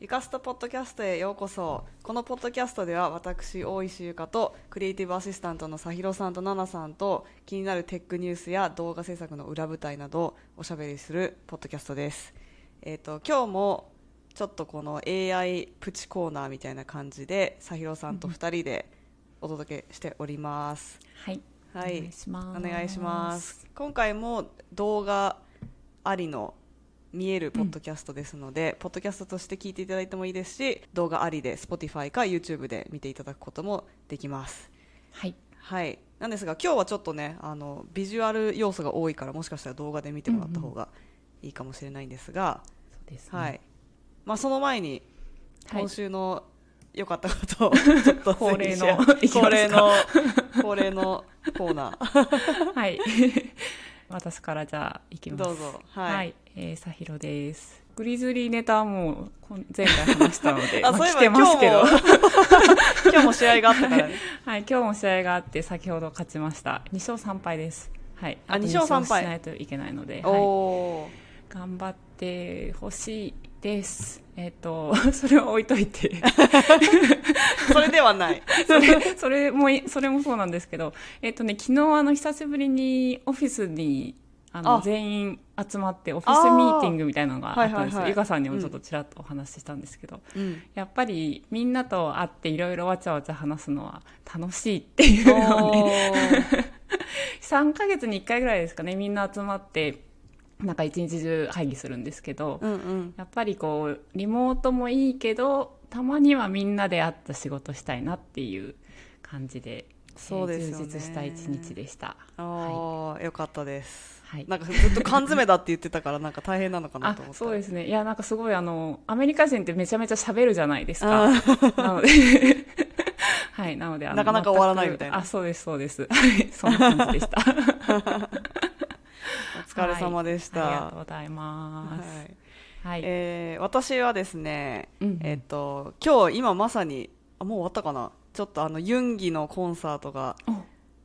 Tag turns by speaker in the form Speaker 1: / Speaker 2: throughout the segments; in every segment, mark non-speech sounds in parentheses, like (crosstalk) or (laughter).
Speaker 1: イカスタポッドキャストへようこそこのポッドキャストでは私大石優香とクリエイティブアシスタントのさひろさんとななさんと気になるテックニュースや動画制作の裏舞台などおしゃべりするポッドキャストですえっ、と今日もちょっとこの AI プチコーナーみたいな感じでさひろさんと2人でお届けしております
Speaker 2: はい。
Speaker 1: はい
Speaker 2: お願いします。
Speaker 1: お願いします。今回も動画ありの見えるポッドキャストですので、ポッドキャストとして聞いていただいてもいいですし動画ありで Spotify か YouTube で見ていただくこともできます
Speaker 2: はい。
Speaker 1: はいなんですが今日はちょっとねあのビジュアル要素が多いからもしかしたら動画で見てもらった方がいいかもしれないんですが、
Speaker 2: そうです、
Speaker 1: はい、。まあ、その前に
Speaker 2: はい
Speaker 1: 今。週の良かったことをちょっと
Speaker 2: 恒例の
Speaker 1: (laughs) 整理しよう恒例
Speaker 2: いき
Speaker 1: の恒例のコーナー
Speaker 2: (laughs) はい。 (laughs) 私からじゃあ行きます。
Speaker 1: どうぞはい
Speaker 2: えー、さひろです。グリズリーネタはもうこん前回話したので、
Speaker 1: (laughs) あ、
Speaker 2: ま
Speaker 1: そういえ
Speaker 2: 来
Speaker 1: ば
Speaker 2: てますけど。
Speaker 1: 今日も (laughs) 今日も試合があったからね。
Speaker 2: (laughs) はい、今日も試合があって、先ほど勝ちました。2勝3敗です。はい。
Speaker 1: あ
Speaker 2: あと
Speaker 1: 2勝3敗
Speaker 2: しないといけないので、
Speaker 1: お
Speaker 2: はい、
Speaker 1: お
Speaker 2: 頑張ってほしいです。えっ、と、 (laughs) それは置いといて。
Speaker 1: ー、それではない。
Speaker 2: (laughs) それ、それもい、それもそうなんですけど、えっとね、昨日あの、久しぶりにオフィスに、あの、
Speaker 1: あ
Speaker 2: 全員集まってオフィスミーティングみたいなのがあったんです
Speaker 1: あーはいはいは
Speaker 2: よ。
Speaker 1: い
Speaker 2: ゆかさんにもちょっとちらっとお話ししたんですけど、
Speaker 1: うん。
Speaker 2: やっぱりみんなと会っていろいろわちゃわちゃ話すのは楽しいっていうのをね、3ヶ月に1回ぐらいですかね、みんな集まって、なんか一日中会議するんですけど、
Speaker 1: うんうん。
Speaker 2: やっぱりこう、リモートもいいけど、たまにはみんなで会った仕事したいなっていう感じで、
Speaker 1: そうですよね
Speaker 2: 充実した一日でした。
Speaker 1: ああ、よかったです。
Speaker 2: はい
Speaker 1: なんかずっと缶詰だって言ってたから、なんか大変なのかな
Speaker 2: あ
Speaker 1: と思った。
Speaker 2: そう
Speaker 1: で
Speaker 2: ですね。いや、なんかすごいあの、アメリカ人ってめちゃめちゃ喋るじゃないですか。 (laughs) なので、はい、なのであの、
Speaker 1: なかなか終わらないみたいな
Speaker 2: 全くあ、そうです、そうです。 (laughs) はい、そんな感じ
Speaker 1: (laughs)
Speaker 2: でした。
Speaker 1: お疲れ様でし
Speaker 2: はいありが
Speaker 1: た
Speaker 2: とう。ございます。
Speaker 1: はい
Speaker 2: はい。
Speaker 1: えー私はですね、
Speaker 2: うんうん
Speaker 1: えっと、今日、今まさに、あ、もう終わったかなちょっとあの、ユンギのコンサートが、
Speaker 2: お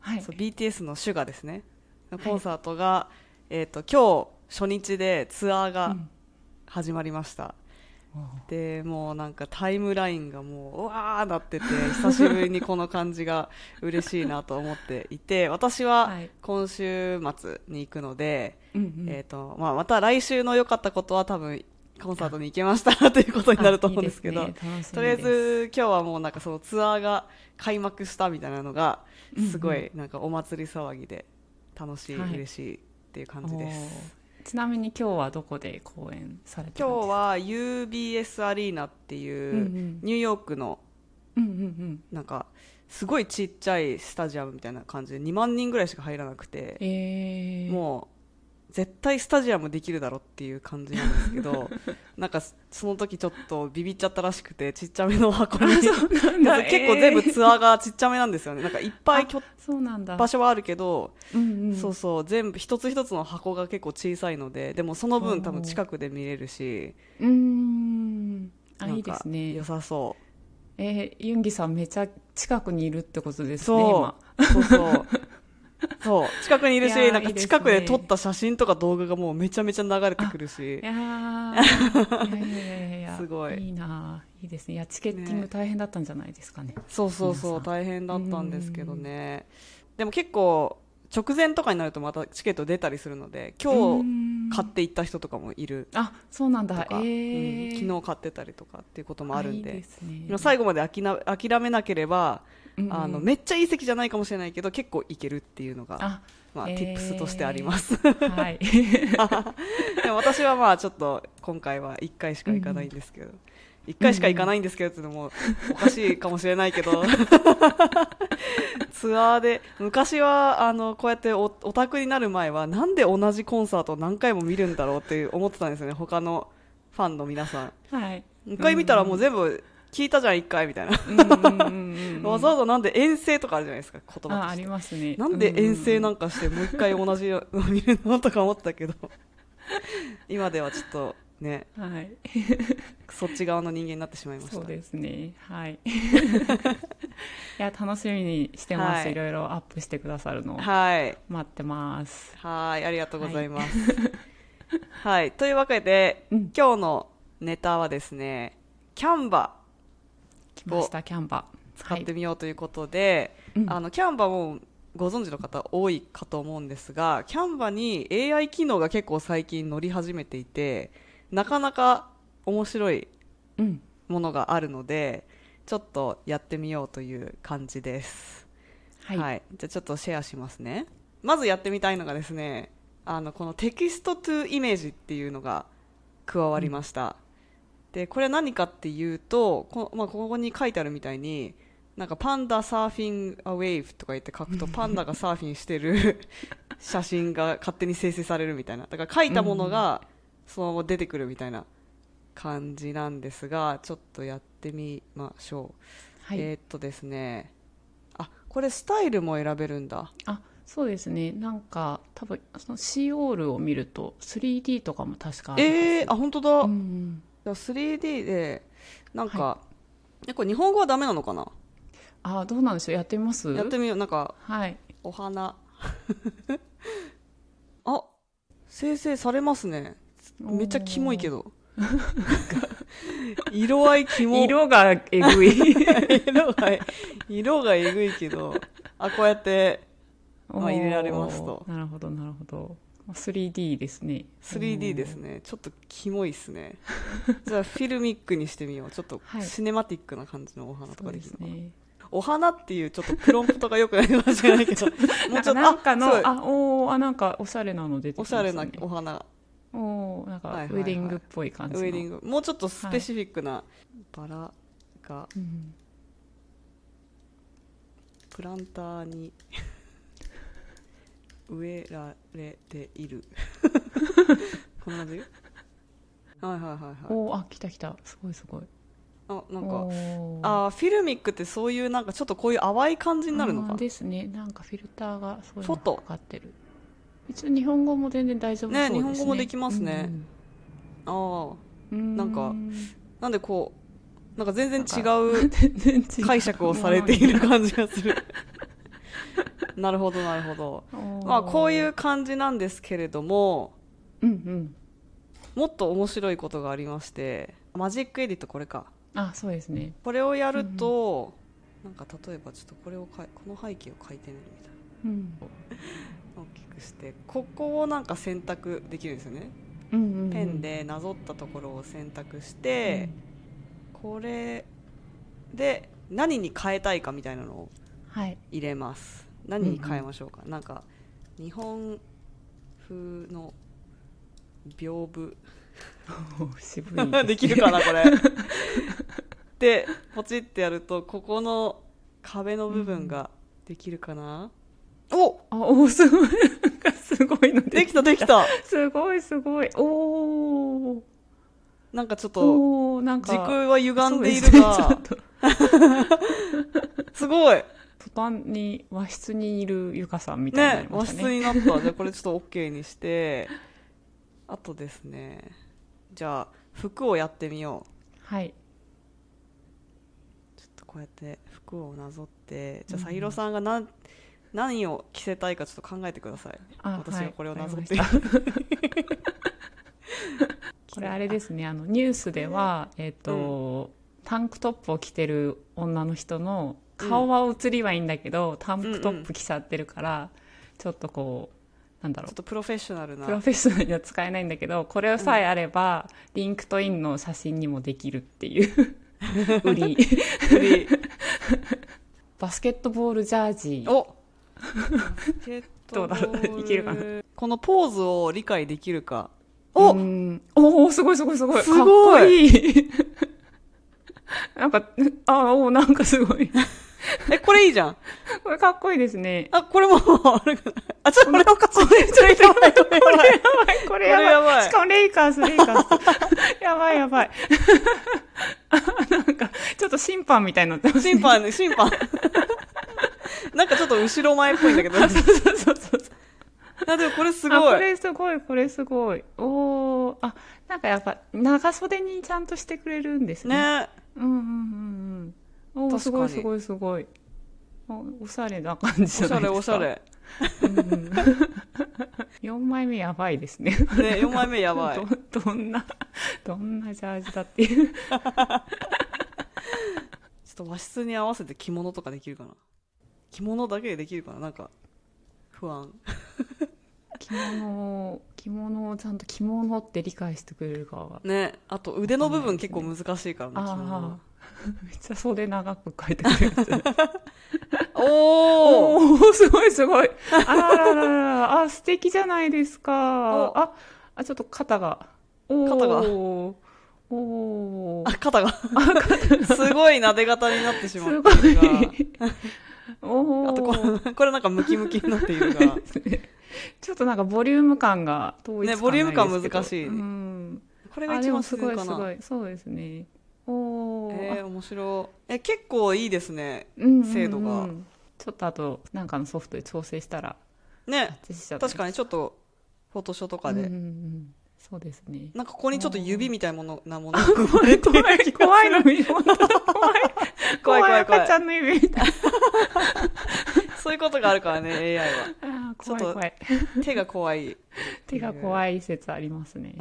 Speaker 2: はい
Speaker 1: そう BTS の「シュガですねコンサートが、えー、と今日初日でツアー
Speaker 2: う
Speaker 1: が
Speaker 2: ん
Speaker 1: 始まりました、
Speaker 2: お
Speaker 1: でもうなんかタイムラインがもううわーなってて久しぶりにこの感じ
Speaker 2: (laughs)
Speaker 1: が嬉しいなと思っていて私は
Speaker 2: はい
Speaker 1: 今週末に行くので、
Speaker 2: うんうん
Speaker 1: えーとまあ、また来週の良かったことは多分コンサートに行けましたということになると思うんですけど
Speaker 2: あいいですね楽しみです
Speaker 1: とりあえず今日はもうなんかそのツアーが開幕したみたいなのがすごいなんかお祭り騒ぎで楽しい、
Speaker 2: はい
Speaker 1: 嬉しいっていう感じです
Speaker 2: おーちなみに今日はどこで公演されてるん
Speaker 1: 今
Speaker 2: ですか
Speaker 1: 日は UBS アリーナっていう
Speaker 2: うんう
Speaker 1: ニ
Speaker 2: ん
Speaker 1: ューヨークの
Speaker 2: うんうん
Speaker 1: なんかすごいちっちゃいスタジアムみたいな感じで2万人ぐらいしか入らなくて
Speaker 2: うんえー、
Speaker 1: もう絶対スタジアムできるだろっていう感じなんですけ
Speaker 2: (laughs)
Speaker 1: どなんかその時ちょっとビビっちゃったらしくてちっちゃめの箱
Speaker 2: (laughs)
Speaker 1: に結
Speaker 2: うなんだ
Speaker 1: 構全部ツアーがちっちゃめなんですよねなんかいっぱいきょ
Speaker 2: そうなんだ
Speaker 1: 場所はあるけど
Speaker 2: うんうん、
Speaker 1: そうそう全部一つ一つの箱が結構小さいのででもその
Speaker 2: お
Speaker 1: 分
Speaker 2: ー
Speaker 1: 多分近くで見れるし
Speaker 2: うーん
Speaker 1: な
Speaker 2: あ
Speaker 1: んか
Speaker 2: いいですね
Speaker 1: 良さそ
Speaker 2: えー、ユンギさんめちゃ近くにいるってことで
Speaker 1: う
Speaker 2: すね今
Speaker 1: そうそうそ
Speaker 2: (laughs)
Speaker 1: うそう近くにいるし
Speaker 2: いやー
Speaker 1: なん
Speaker 2: い
Speaker 1: か
Speaker 2: いですね
Speaker 1: 近くで撮った写真とか動画がもうめちゃめちゃ流れてくるし
Speaker 2: い
Speaker 1: (laughs)
Speaker 2: やーいやいやいやいや
Speaker 1: すごい
Speaker 2: いいないいですねいやチケッティング大変だったんじゃないですかね
Speaker 1: そうそうそ
Speaker 2: 皆さ
Speaker 1: うん大変だったんですけどねでも結構直前とかになるとまたチケット出たりするので今日
Speaker 2: 日
Speaker 1: 買っていった人とかもいる
Speaker 2: あそうなん
Speaker 1: と
Speaker 2: だ
Speaker 1: か、
Speaker 2: えー
Speaker 1: うん昨日買ってたりとかっていうこともあるん
Speaker 2: いい
Speaker 1: で
Speaker 2: ですね
Speaker 1: でも最後まで諦め諦めなければ
Speaker 2: うんうん
Speaker 1: あのめっちゃいい席じゃないかもしれないけど結構いけるっていうのが
Speaker 2: あ
Speaker 1: まあ、
Speaker 2: えー
Speaker 1: tips としてあります、 (laughs)
Speaker 2: はい。
Speaker 1: でも私はまあちょっと今回は1回しか行かないんですけど、1回しか行かないんですけどっていうのもおかしいかもしれないけ
Speaker 2: (laughs)
Speaker 1: ど (laughs) ツアーで昔はあのこうやっておオタクになる前はなんで同じコンサートを何回も見るんだろうって思ってたんですよね他のファンの皆さん
Speaker 2: はい。
Speaker 1: 1回見たらもう全部聞いたじゃん1回みたいな、
Speaker 2: うんうんうんうん
Speaker 1: わざわざなんで遠征とかあるじゃないですか言葉として
Speaker 2: あ、ありますね。
Speaker 1: なんで遠征な
Speaker 2: うん
Speaker 1: かしてもう一回同じの見るのとか思った
Speaker 2: (laughs)
Speaker 1: けど今ではちょっとね
Speaker 2: んうんはい。
Speaker 1: そっち側の人間になってしまいました
Speaker 2: そうですね。はい。いや、楽しみにしてます。
Speaker 1: はい
Speaker 2: いろいろアップしてくださるのを
Speaker 1: はい
Speaker 2: 待ってます。
Speaker 1: はいありがとうございますはい、というわけで
Speaker 2: うん
Speaker 1: 今日のネタはですねキャンバ
Speaker 2: 来ましたキャンバ
Speaker 1: 使ってみようということで、
Speaker 2: うん
Speaker 1: あのキャンバもご存知の方多いかと思うんですがキャンバに AI 機能が結構最近乗り始めていてなかなか面白い
Speaker 2: はい、うん、
Speaker 1: ものがあるのでちょっとやってみようという感じです
Speaker 2: はい、
Speaker 1: じゃあちょっとシェアしますねまずやってみたいのがですねあのこのテキストトゥイメージっていうのが加わりました、でこれ何かっていうとこ,、まあ、ここに書いてあるみたいになんかパンダサーフィンアウェイブとか言って書
Speaker 2: (laughs)
Speaker 1: くとパンダがサーフィンしてる (laughs) 写真が勝手に生成されるみたいなだから書いたものがそのまま出てくるみたいな感じなんですがちょっとやってみましょう
Speaker 2: はい
Speaker 1: えーっとですねあこれスタイルも選べるんだ
Speaker 2: あそうですねなんか多分そのシーオールを見ると 3D とかも確かあるんです
Speaker 1: えー、あ本当だ、じ
Speaker 2: うん
Speaker 1: ゃあ 3D でなんか、えこれ日本語はダメなのかな、
Speaker 2: あどうなんでしょうやってみます
Speaker 1: やってみようなんか
Speaker 2: はい
Speaker 1: お花 (laughs) あ生成されますねめっちゃキモいけど色合いキモ
Speaker 2: (laughs) 色がえぐい
Speaker 1: 色が色がえぐいけどあこうやってまあ入れられますと
Speaker 2: おーなるほどなるほどまあ 3D ですね
Speaker 1: 3D ですねちょっとキモいっすね (laughs) じゃあフィルミックにしてみようちょっと
Speaker 2: はい
Speaker 1: シネマティックな感じのお
Speaker 2: お
Speaker 1: 花
Speaker 2: ー
Speaker 1: と
Speaker 2: そ
Speaker 1: か
Speaker 2: う
Speaker 1: で
Speaker 2: で
Speaker 1: き
Speaker 2: す
Speaker 1: るのかな
Speaker 2: ね
Speaker 1: お花っていうちょっとプロンプトがよくないかもしれないけ
Speaker 2: (laughs)
Speaker 1: どもう
Speaker 2: なん
Speaker 1: ちょ
Speaker 2: か
Speaker 1: っと
Speaker 2: なんか
Speaker 1: あそう
Speaker 2: のあおーあなんかおしゃれなの出てき
Speaker 1: お
Speaker 2: ま
Speaker 1: し
Speaker 2: すね
Speaker 1: ゃれなお花
Speaker 2: おーな
Speaker 1: は
Speaker 2: ん
Speaker 1: い
Speaker 2: か
Speaker 1: はい
Speaker 2: ウ
Speaker 1: はい
Speaker 2: ェディングっぽい感じ
Speaker 1: ウ
Speaker 2: の
Speaker 1: ェディングもうちょっとスペシフィックなバラが
Speaker 2: うん
Speaker 1: プランターに (laughs) 植えられている (laughs) こんな感じはいはいはいはい
Speaker 2: おーあ来た来たすごいすごい
Speaker 1: あなんか
Speaker 2: おー
Speaker 1: あーフィルミックってそういうなんかちょっとこういう淡い感じになるの
Speaker 2: あ
Speaker 1: か
Speaker 2: ーですねなんかフィルターがそういう
Speaker 1: フ
Speaker 2: の
Speaker 1: ォト
Speaker 2: がかかってる一応日本語も全然大丈夫そうです
Speaker 1: ね
Speaker 2: ね
Speaker 1: 日本語もできますねああ
Speaker 2: うんうん
Speaker 1: なんか
Speaker 2: う
Speaker 1: なんでこうなんか全然違う
Speaker 2: (laughs) 全然違
Speaker 1: (laughs)
Speaker 2: う
Speaker 1: 解釈をされている感じがす (laughs) るなるほどなるほどまあこういうう感じなんですけれども
Speaker 2: うんうん
Speaker 1: もっと面白いことがありましてマジックエディットこれか
Speaker 2: あそうですね
Speaker 1: これをやると、なんか例えばちょっとこれをかいこの背景を変えてみるみたい
Speaker 2: うん
Speaker 1: な大きくしてここをなんか選択できるんですよね
Speaker 2: うんうんうん
Speaker 1: ペンでなぞったところを選択して、これで何に変えたいかみたいなのを
Speaker 2: はい
Speaker 1: 入れます何に変えましょうか、なんか日本風の屏風
Speaker 2: おー渋いすね
Speaker 1: できるかな (laughs) これでポチってやるとここの壁の部分ができるかな、お
Speaker 2: (laughs) あおーすごいなんかすごいの
Speaker 1: できたできた
Speaker 2: すごいすごいおー
Speaker 1: なんかちょっと
Speaker 2: おーなんか
Speaker 1: 時空は歪んでい
Speaker 2: そ
Speaker 1: る
Speaker 2: うすねちょ
Speaker 1: が
Speaker 2: っと
Speaker 1: すごい
Speaker 2: 途端に和室にいるゆかさんみたい
Speaker 1: ね
Speaker 2: になりま
Speaker 1: 和
Speaker 2: した
Speaker 1: 室
Speaker 2: ね
Speaker 1: になったじゃあこれちょっと OK にしてあとですねじゃあ服をやってみよう
Speaker 2: はい
Speaker 1: ちょっとこうやって服をなぞってじゃあさひろさんが何,、何を着せたいかちょっと考えてください
Speaker 2: あ
Speaker 1: 私
Speaker 2: は
Speaker 1: はいこれをなぞっ
Speaker 2: わか
Speaker 1: て
Speaker 2: り
Speaker 1: いる、
Speaker 2: ました
Speaker 1: (laughs)
Speaker 2: これあれですねあのニュースでは、えっとタンクトップを着てる女の人の顔は映りはいいんだけど、タンクトップ着ちゃってるから、ちょっとこうなんだろ
Speaker 1: ちょっ
Speaker 2: う
Speaker 1: とプロフェッショナルな
Speaker 2: プロフェッショナルには使えないんだけどこれさえあれば、リンクトインの写真にもできるっていう
Speaker 1: (laughs)
Speaker 2: 売り
Speaker 1: フリー
Speaker 2: バスケットボールジャージー
Speaker 1: お
Speaker 2: (laughs)
Speaker 1: バスケットボール
Speaker 2: どうだろういけるか
Speaker 1: このポーズを理解できるか
Speaker 2: う
Speaker 1: お、
Speaker 2: んおーすごいすごいすごい
Speaker 1: すごい
Speaker 2: かっこいい (laughs) なんかあおーなんかすごい
Speaker 1: えこれいいじゃん
Speaker 2: これかっこいいですね
Speaker 1: あこれもあれあちょっとこれおかしいこれちょっとやばいこれやばい
Speaker 2: これや
Speaker 1: これ
Speaker 2: ばい
Speaker 1: やばい
Speaker 2: しかもレイカーズ (laughs) レイカーズやばいやばい (laughs) なんかちょっと審判みたいになってます
Speaker 1: 審判ね審判なんかちょっと後ろ前っぽいんだけど
Speaker 2: そうそうそう
Speaker 1: あでもこれす
Speaker 2: あ
Speaker 1: ご
Speaker 2: こ
Speaker 1: い
Speaker 2: れすごいこれすごいおーあなんかやっぱ長袖にちゃんとしてくれるんですね
Speaker 1: ね
Speaker 2: うんうんうんうんおーす
Speaker 1: 確か
Speaker 2: ご
Speaker 1: に
Speaker 2: いすごいすごいおおしゃれな感じじ
Speaker 1: お
Speaker 2: ゃ
Speaker 1: し
Speaker 2: な
Speaker 1: ゃ
Speaker 2: いで
Speaker 1: れ
Speaker 2: すか
Speaker 1: おしゃれ
Speaker 2: うんうん (laughs) 4枚目やばいですね
Speaker 1: ね4枚目やばい
Speaker 2: どどんなどんなジャージだっていう
Speaker 1: と和室に合わせて着物とかできるかな着物だけでできるかななんか不安
Speaker 2: 着物を着物をちゃんと着物って理解してくれるかは
Speaker 1: ねあと腕の部分結構難しいからね着
Speaker 2: あ
Speaker 1: 物
Speaker 2: あめっちゃ袖長く描いてくれるやつ
Speaker 1: おお
Speaker 2: おおすごい
Speaker 1: (laughs)
Speaker 2: すごい。あらららら、あ、素敵じゃないですか。
Speaker 1: お
Speaker 2: あ、あ、ちょっと肩が。おー
Speaker 1: 肩 (laughs) が
Speaker 2: おお
Speaker 1: あ肩がすごい撫で方になってしまった
Speaker 2: すご
Speaker 1: が
Speaker 2: い。おお
Speaker 1: あとこう (laughs) これなんかムキムキになっているが
Speaker 2: (laughs) ちょっとなんかボリューム感が統一
Speaker 1: ね
Speaker 2: 感
Speaker 1: ボリューム感
Speaker 2: ないですけど
Speaker 1: 難しいね
Speaker 2: うん。
Speaker 1: これが
Speaker 2: あ、
Speaker 1: 一
Speaker 2: でも
Speaker 1: 番
Speaker 2: す
Speaker 1: す
Speaker 2: ご
Speaker 1: ごい
Speaker 2: い
Speaker 1: か
Speaker 2: すご。
Speaker 1: ない
Speaker 2: そうですね。おお。
Speaker 1: えー、面白いえ結構いいですね
Speaker 2: うんうんうん
Speaker 1: 精度が。
Speaker 2: ちょっとあと、なんかのソフトで調整したら、
Speaker 1: ね
Speaker 2: 実写
Speaker 1: 確か
Speaker 2: に
Speaker 1: にちょっとフォトショーとかで、
Speaker 2: うんうんうん、そうですね。
Speaker 1: なんかここにちょっと指みたいものなもの
Speaker 2: 怖い怖い怖いの見本当だ怖い
Speaker 1: 怖い怖
Speaker 2: (laughs) 怖い
Speaker 1: い怖い
Speaker 2: (laughs) 赤ちゃんの指みたい
Speaker 1: そういうことがあるからね AI は
Speaker 2: あー
Speaker 1: ちょっ
Speaker 2: 怖
Speaker 1: と
Speaker 2: い怖い
Speaker 1: 手が怖い
Speaker 2: 手が怖い説ありますね、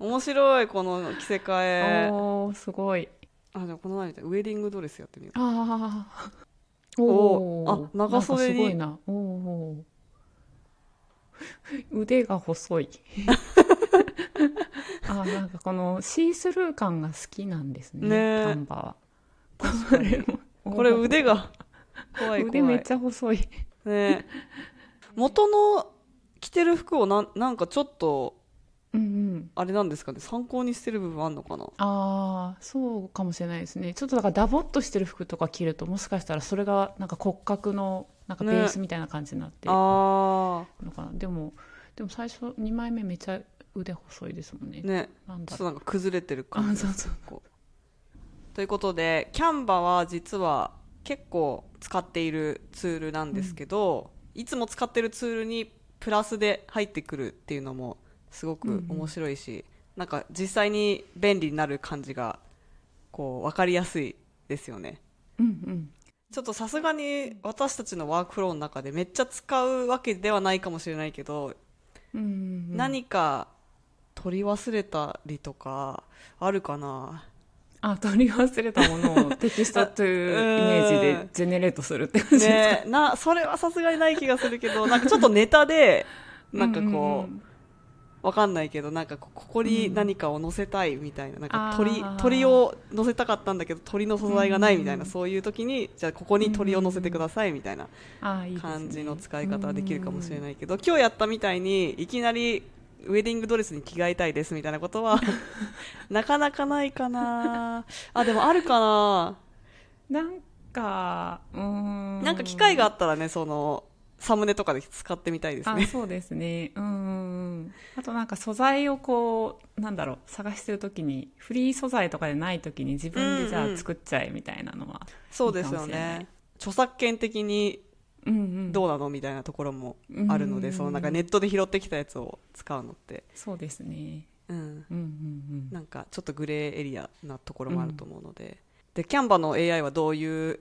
Speaker 1: 面白いこの着せ替え
Speaker 2: おーすごい
Speaker 1: あじゃあこの前みたいウェディングドレスやってみよ
Speaker 2: あー
Speaker 1: おー
Speaker 2: ー
Speaker 1: あ長袖に
Speaker 2: なんかすごいなおーおー腕が細 (laughs) いあーなんかこのシースルー感が好きなんですね
Speaker 1: ねー
Speaker 2: 丹波 (laughs) は
Speaker 1: う確かにこれ腕が怖い怖い
Speaker 2: 腕めっちゃ細い
Speaker 1: ね元の着てる服をなんなんかちょっと
Speaker 2: うんうん
Speaker 1: あれなんですかね参考にしてる部分あんのかな
Speaker 2: ああそうかもしれないですねちょっとだからダボっとしてる服とか着るともしかしたらそれがなんか骨格のなんかベースみたいな感じになってる
Speaker 1: あ
Speaker 2: のかな、でもでも最初2枚目めちゃ腕細いですもんね
Speaker 1: あね
Speaker 2: なん
Speaker 1: ちょっと
Speaker 2: だろう
Speaker 1: なんか崩れてる感
Speaker 2: あ
Speaker 1: じ
Speaker 2: そうそう
Speaker 1: ということでキャンバは実は結構使っているツールなんですけど、いつも使ってるツールにプラスで入ってくるっていうのもすごく面白いし、なんか実際に便利になる感じがこう分かりやすいですよね
Speaker 2: うんうん
Speaker 1: ちょっとさすがに私たちのワークフローの中でめっちゃ使うわけではないかもしれないけど、
Speaker 2: うんうんうん
Speaker 1: 何か取り忘れたりとかあるか
Speaker 2: (laughs)
Speaker 1: な
Speaker 2: あ取り忘れたものをテキストというイメージ
Speaker 1: うん
Speaker 2: でジェネレートするって感じですか、
Speaker 1: ね、なそれはさすがにない気がするけどなんかちょっとネタ
Speaker 2: (laughs)
Speaker 1: でなんかこ
Speaker 2: うん
Speaker 1: うわかんないけどなんかこここに何かを載せたいみたいななんか鳥
Speaker 2: あー
Speaker 1: 鳥を載せたかったんだけど鳥の素材がないみたい
Speaker 2: うん
Speaker 1: な
Speaker 2: うん
Speaker 1: そういう時にじゃあここに鳥を載せてくださいみたいな
Speaker 2: あーいいですね
Speaker 1: 感じの使い方はできるかもしれ
Speaker 2: い、
Speaker 1: ないけど今日やったみたいにいきなりウェディングドレスに着替えたいですみたいなこと
Speaker 2: (laughs)
Speaker 1: はなかなかないかなあでもあるかな
Speaker 2: なんかうーん
Speaker 1: なんか機会があったらねそのサムネとかで使ってみたいですね
Speaker 2: あそうですねうんうんうんあとなんか素材をこうなんだろう探してる時にフリー素材とかでない時に自分でじゃ
Speaker 1: うんう
Speaker 2: あ
Speaker 1: ん
Speaker 2: 作っちゃえみたいなのは
Speaker 1: そうですよ
Speaker 2: いいかもしれな
Speaker 1: ね
Speaker 2: い
Speaker 1: 著作権的に
Speaker 2: うんうん
Speaker 1: どうなのみたいなところもあるので、
Speaker 2: うん
Speaker 1: そのなんかネットで拾ってきたやつを使うのって、
Speaker 2: そうですね
Speaker 1: うん、
Speaker 2: うんうんうん
Speaker 1: なんかちょっとグレーエリアなところもあると思うので、でキャンバの AI はどういう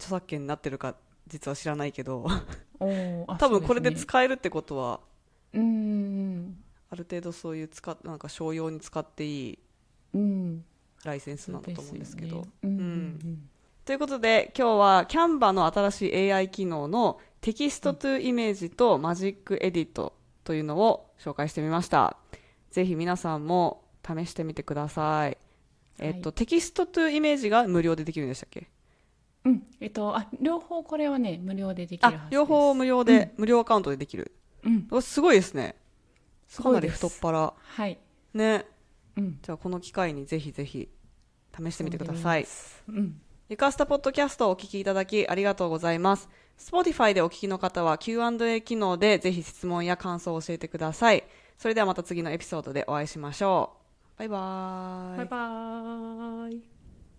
Speaker 1: 著作権になってるか実は知らないけど
Speaker 2: おーあ
Speaker 1: 多分これで
Speaker 2: そうすね
Speaker 1: 使えるってことは、
Speaker 2: うん
Speaker 1: ある程度そういう使っなんか商用に使っていい
Speaker 2: うんうん
Speaker 1: ライセンスなんだと思うんですけど
Speaker 2: そうですよねうんうん
Speaker 1: ということで今日はキャンバの新しい AI 機能のテキストトゥイメージとマジックエディットというのを紹介してみましたぜひ皆さんも試してみてください、えっとテキストトゥイメージが無料でできるんでしたっけ
Speaker 2: うんうんえっとあ両方これはね無料でできるはずで
Speaker 1: あ
Speaker 2: す
Speaker 1: 両方無料で、無料アカウントでできる
Speaker 2: うん
Speaker 1: おすごいですね
Speaker 2: す
Speaker 1: か
Speaker 2: ご
Speaker 1: ないり
Speaker 2: で
Speaker 1: 太っ
Speaker 2: す
Speaker 1: 腹
Speaker 2: はい
Speaker 1: ね
Speaker 2: うん
Speaker 1: じゃあこの機会にぜひぜひ試してみてください
Speaker 2: うん
Speaker 1: ゆかしたポッドキャストをお聞きいただきありがとうございます。Spotify でお聞きの方は Q&A 機能でぜひ質問や感想を教えてください。それではまた次のエピソードでお会いしましょう。バイバーイ。
Speaker 2: バイバーイ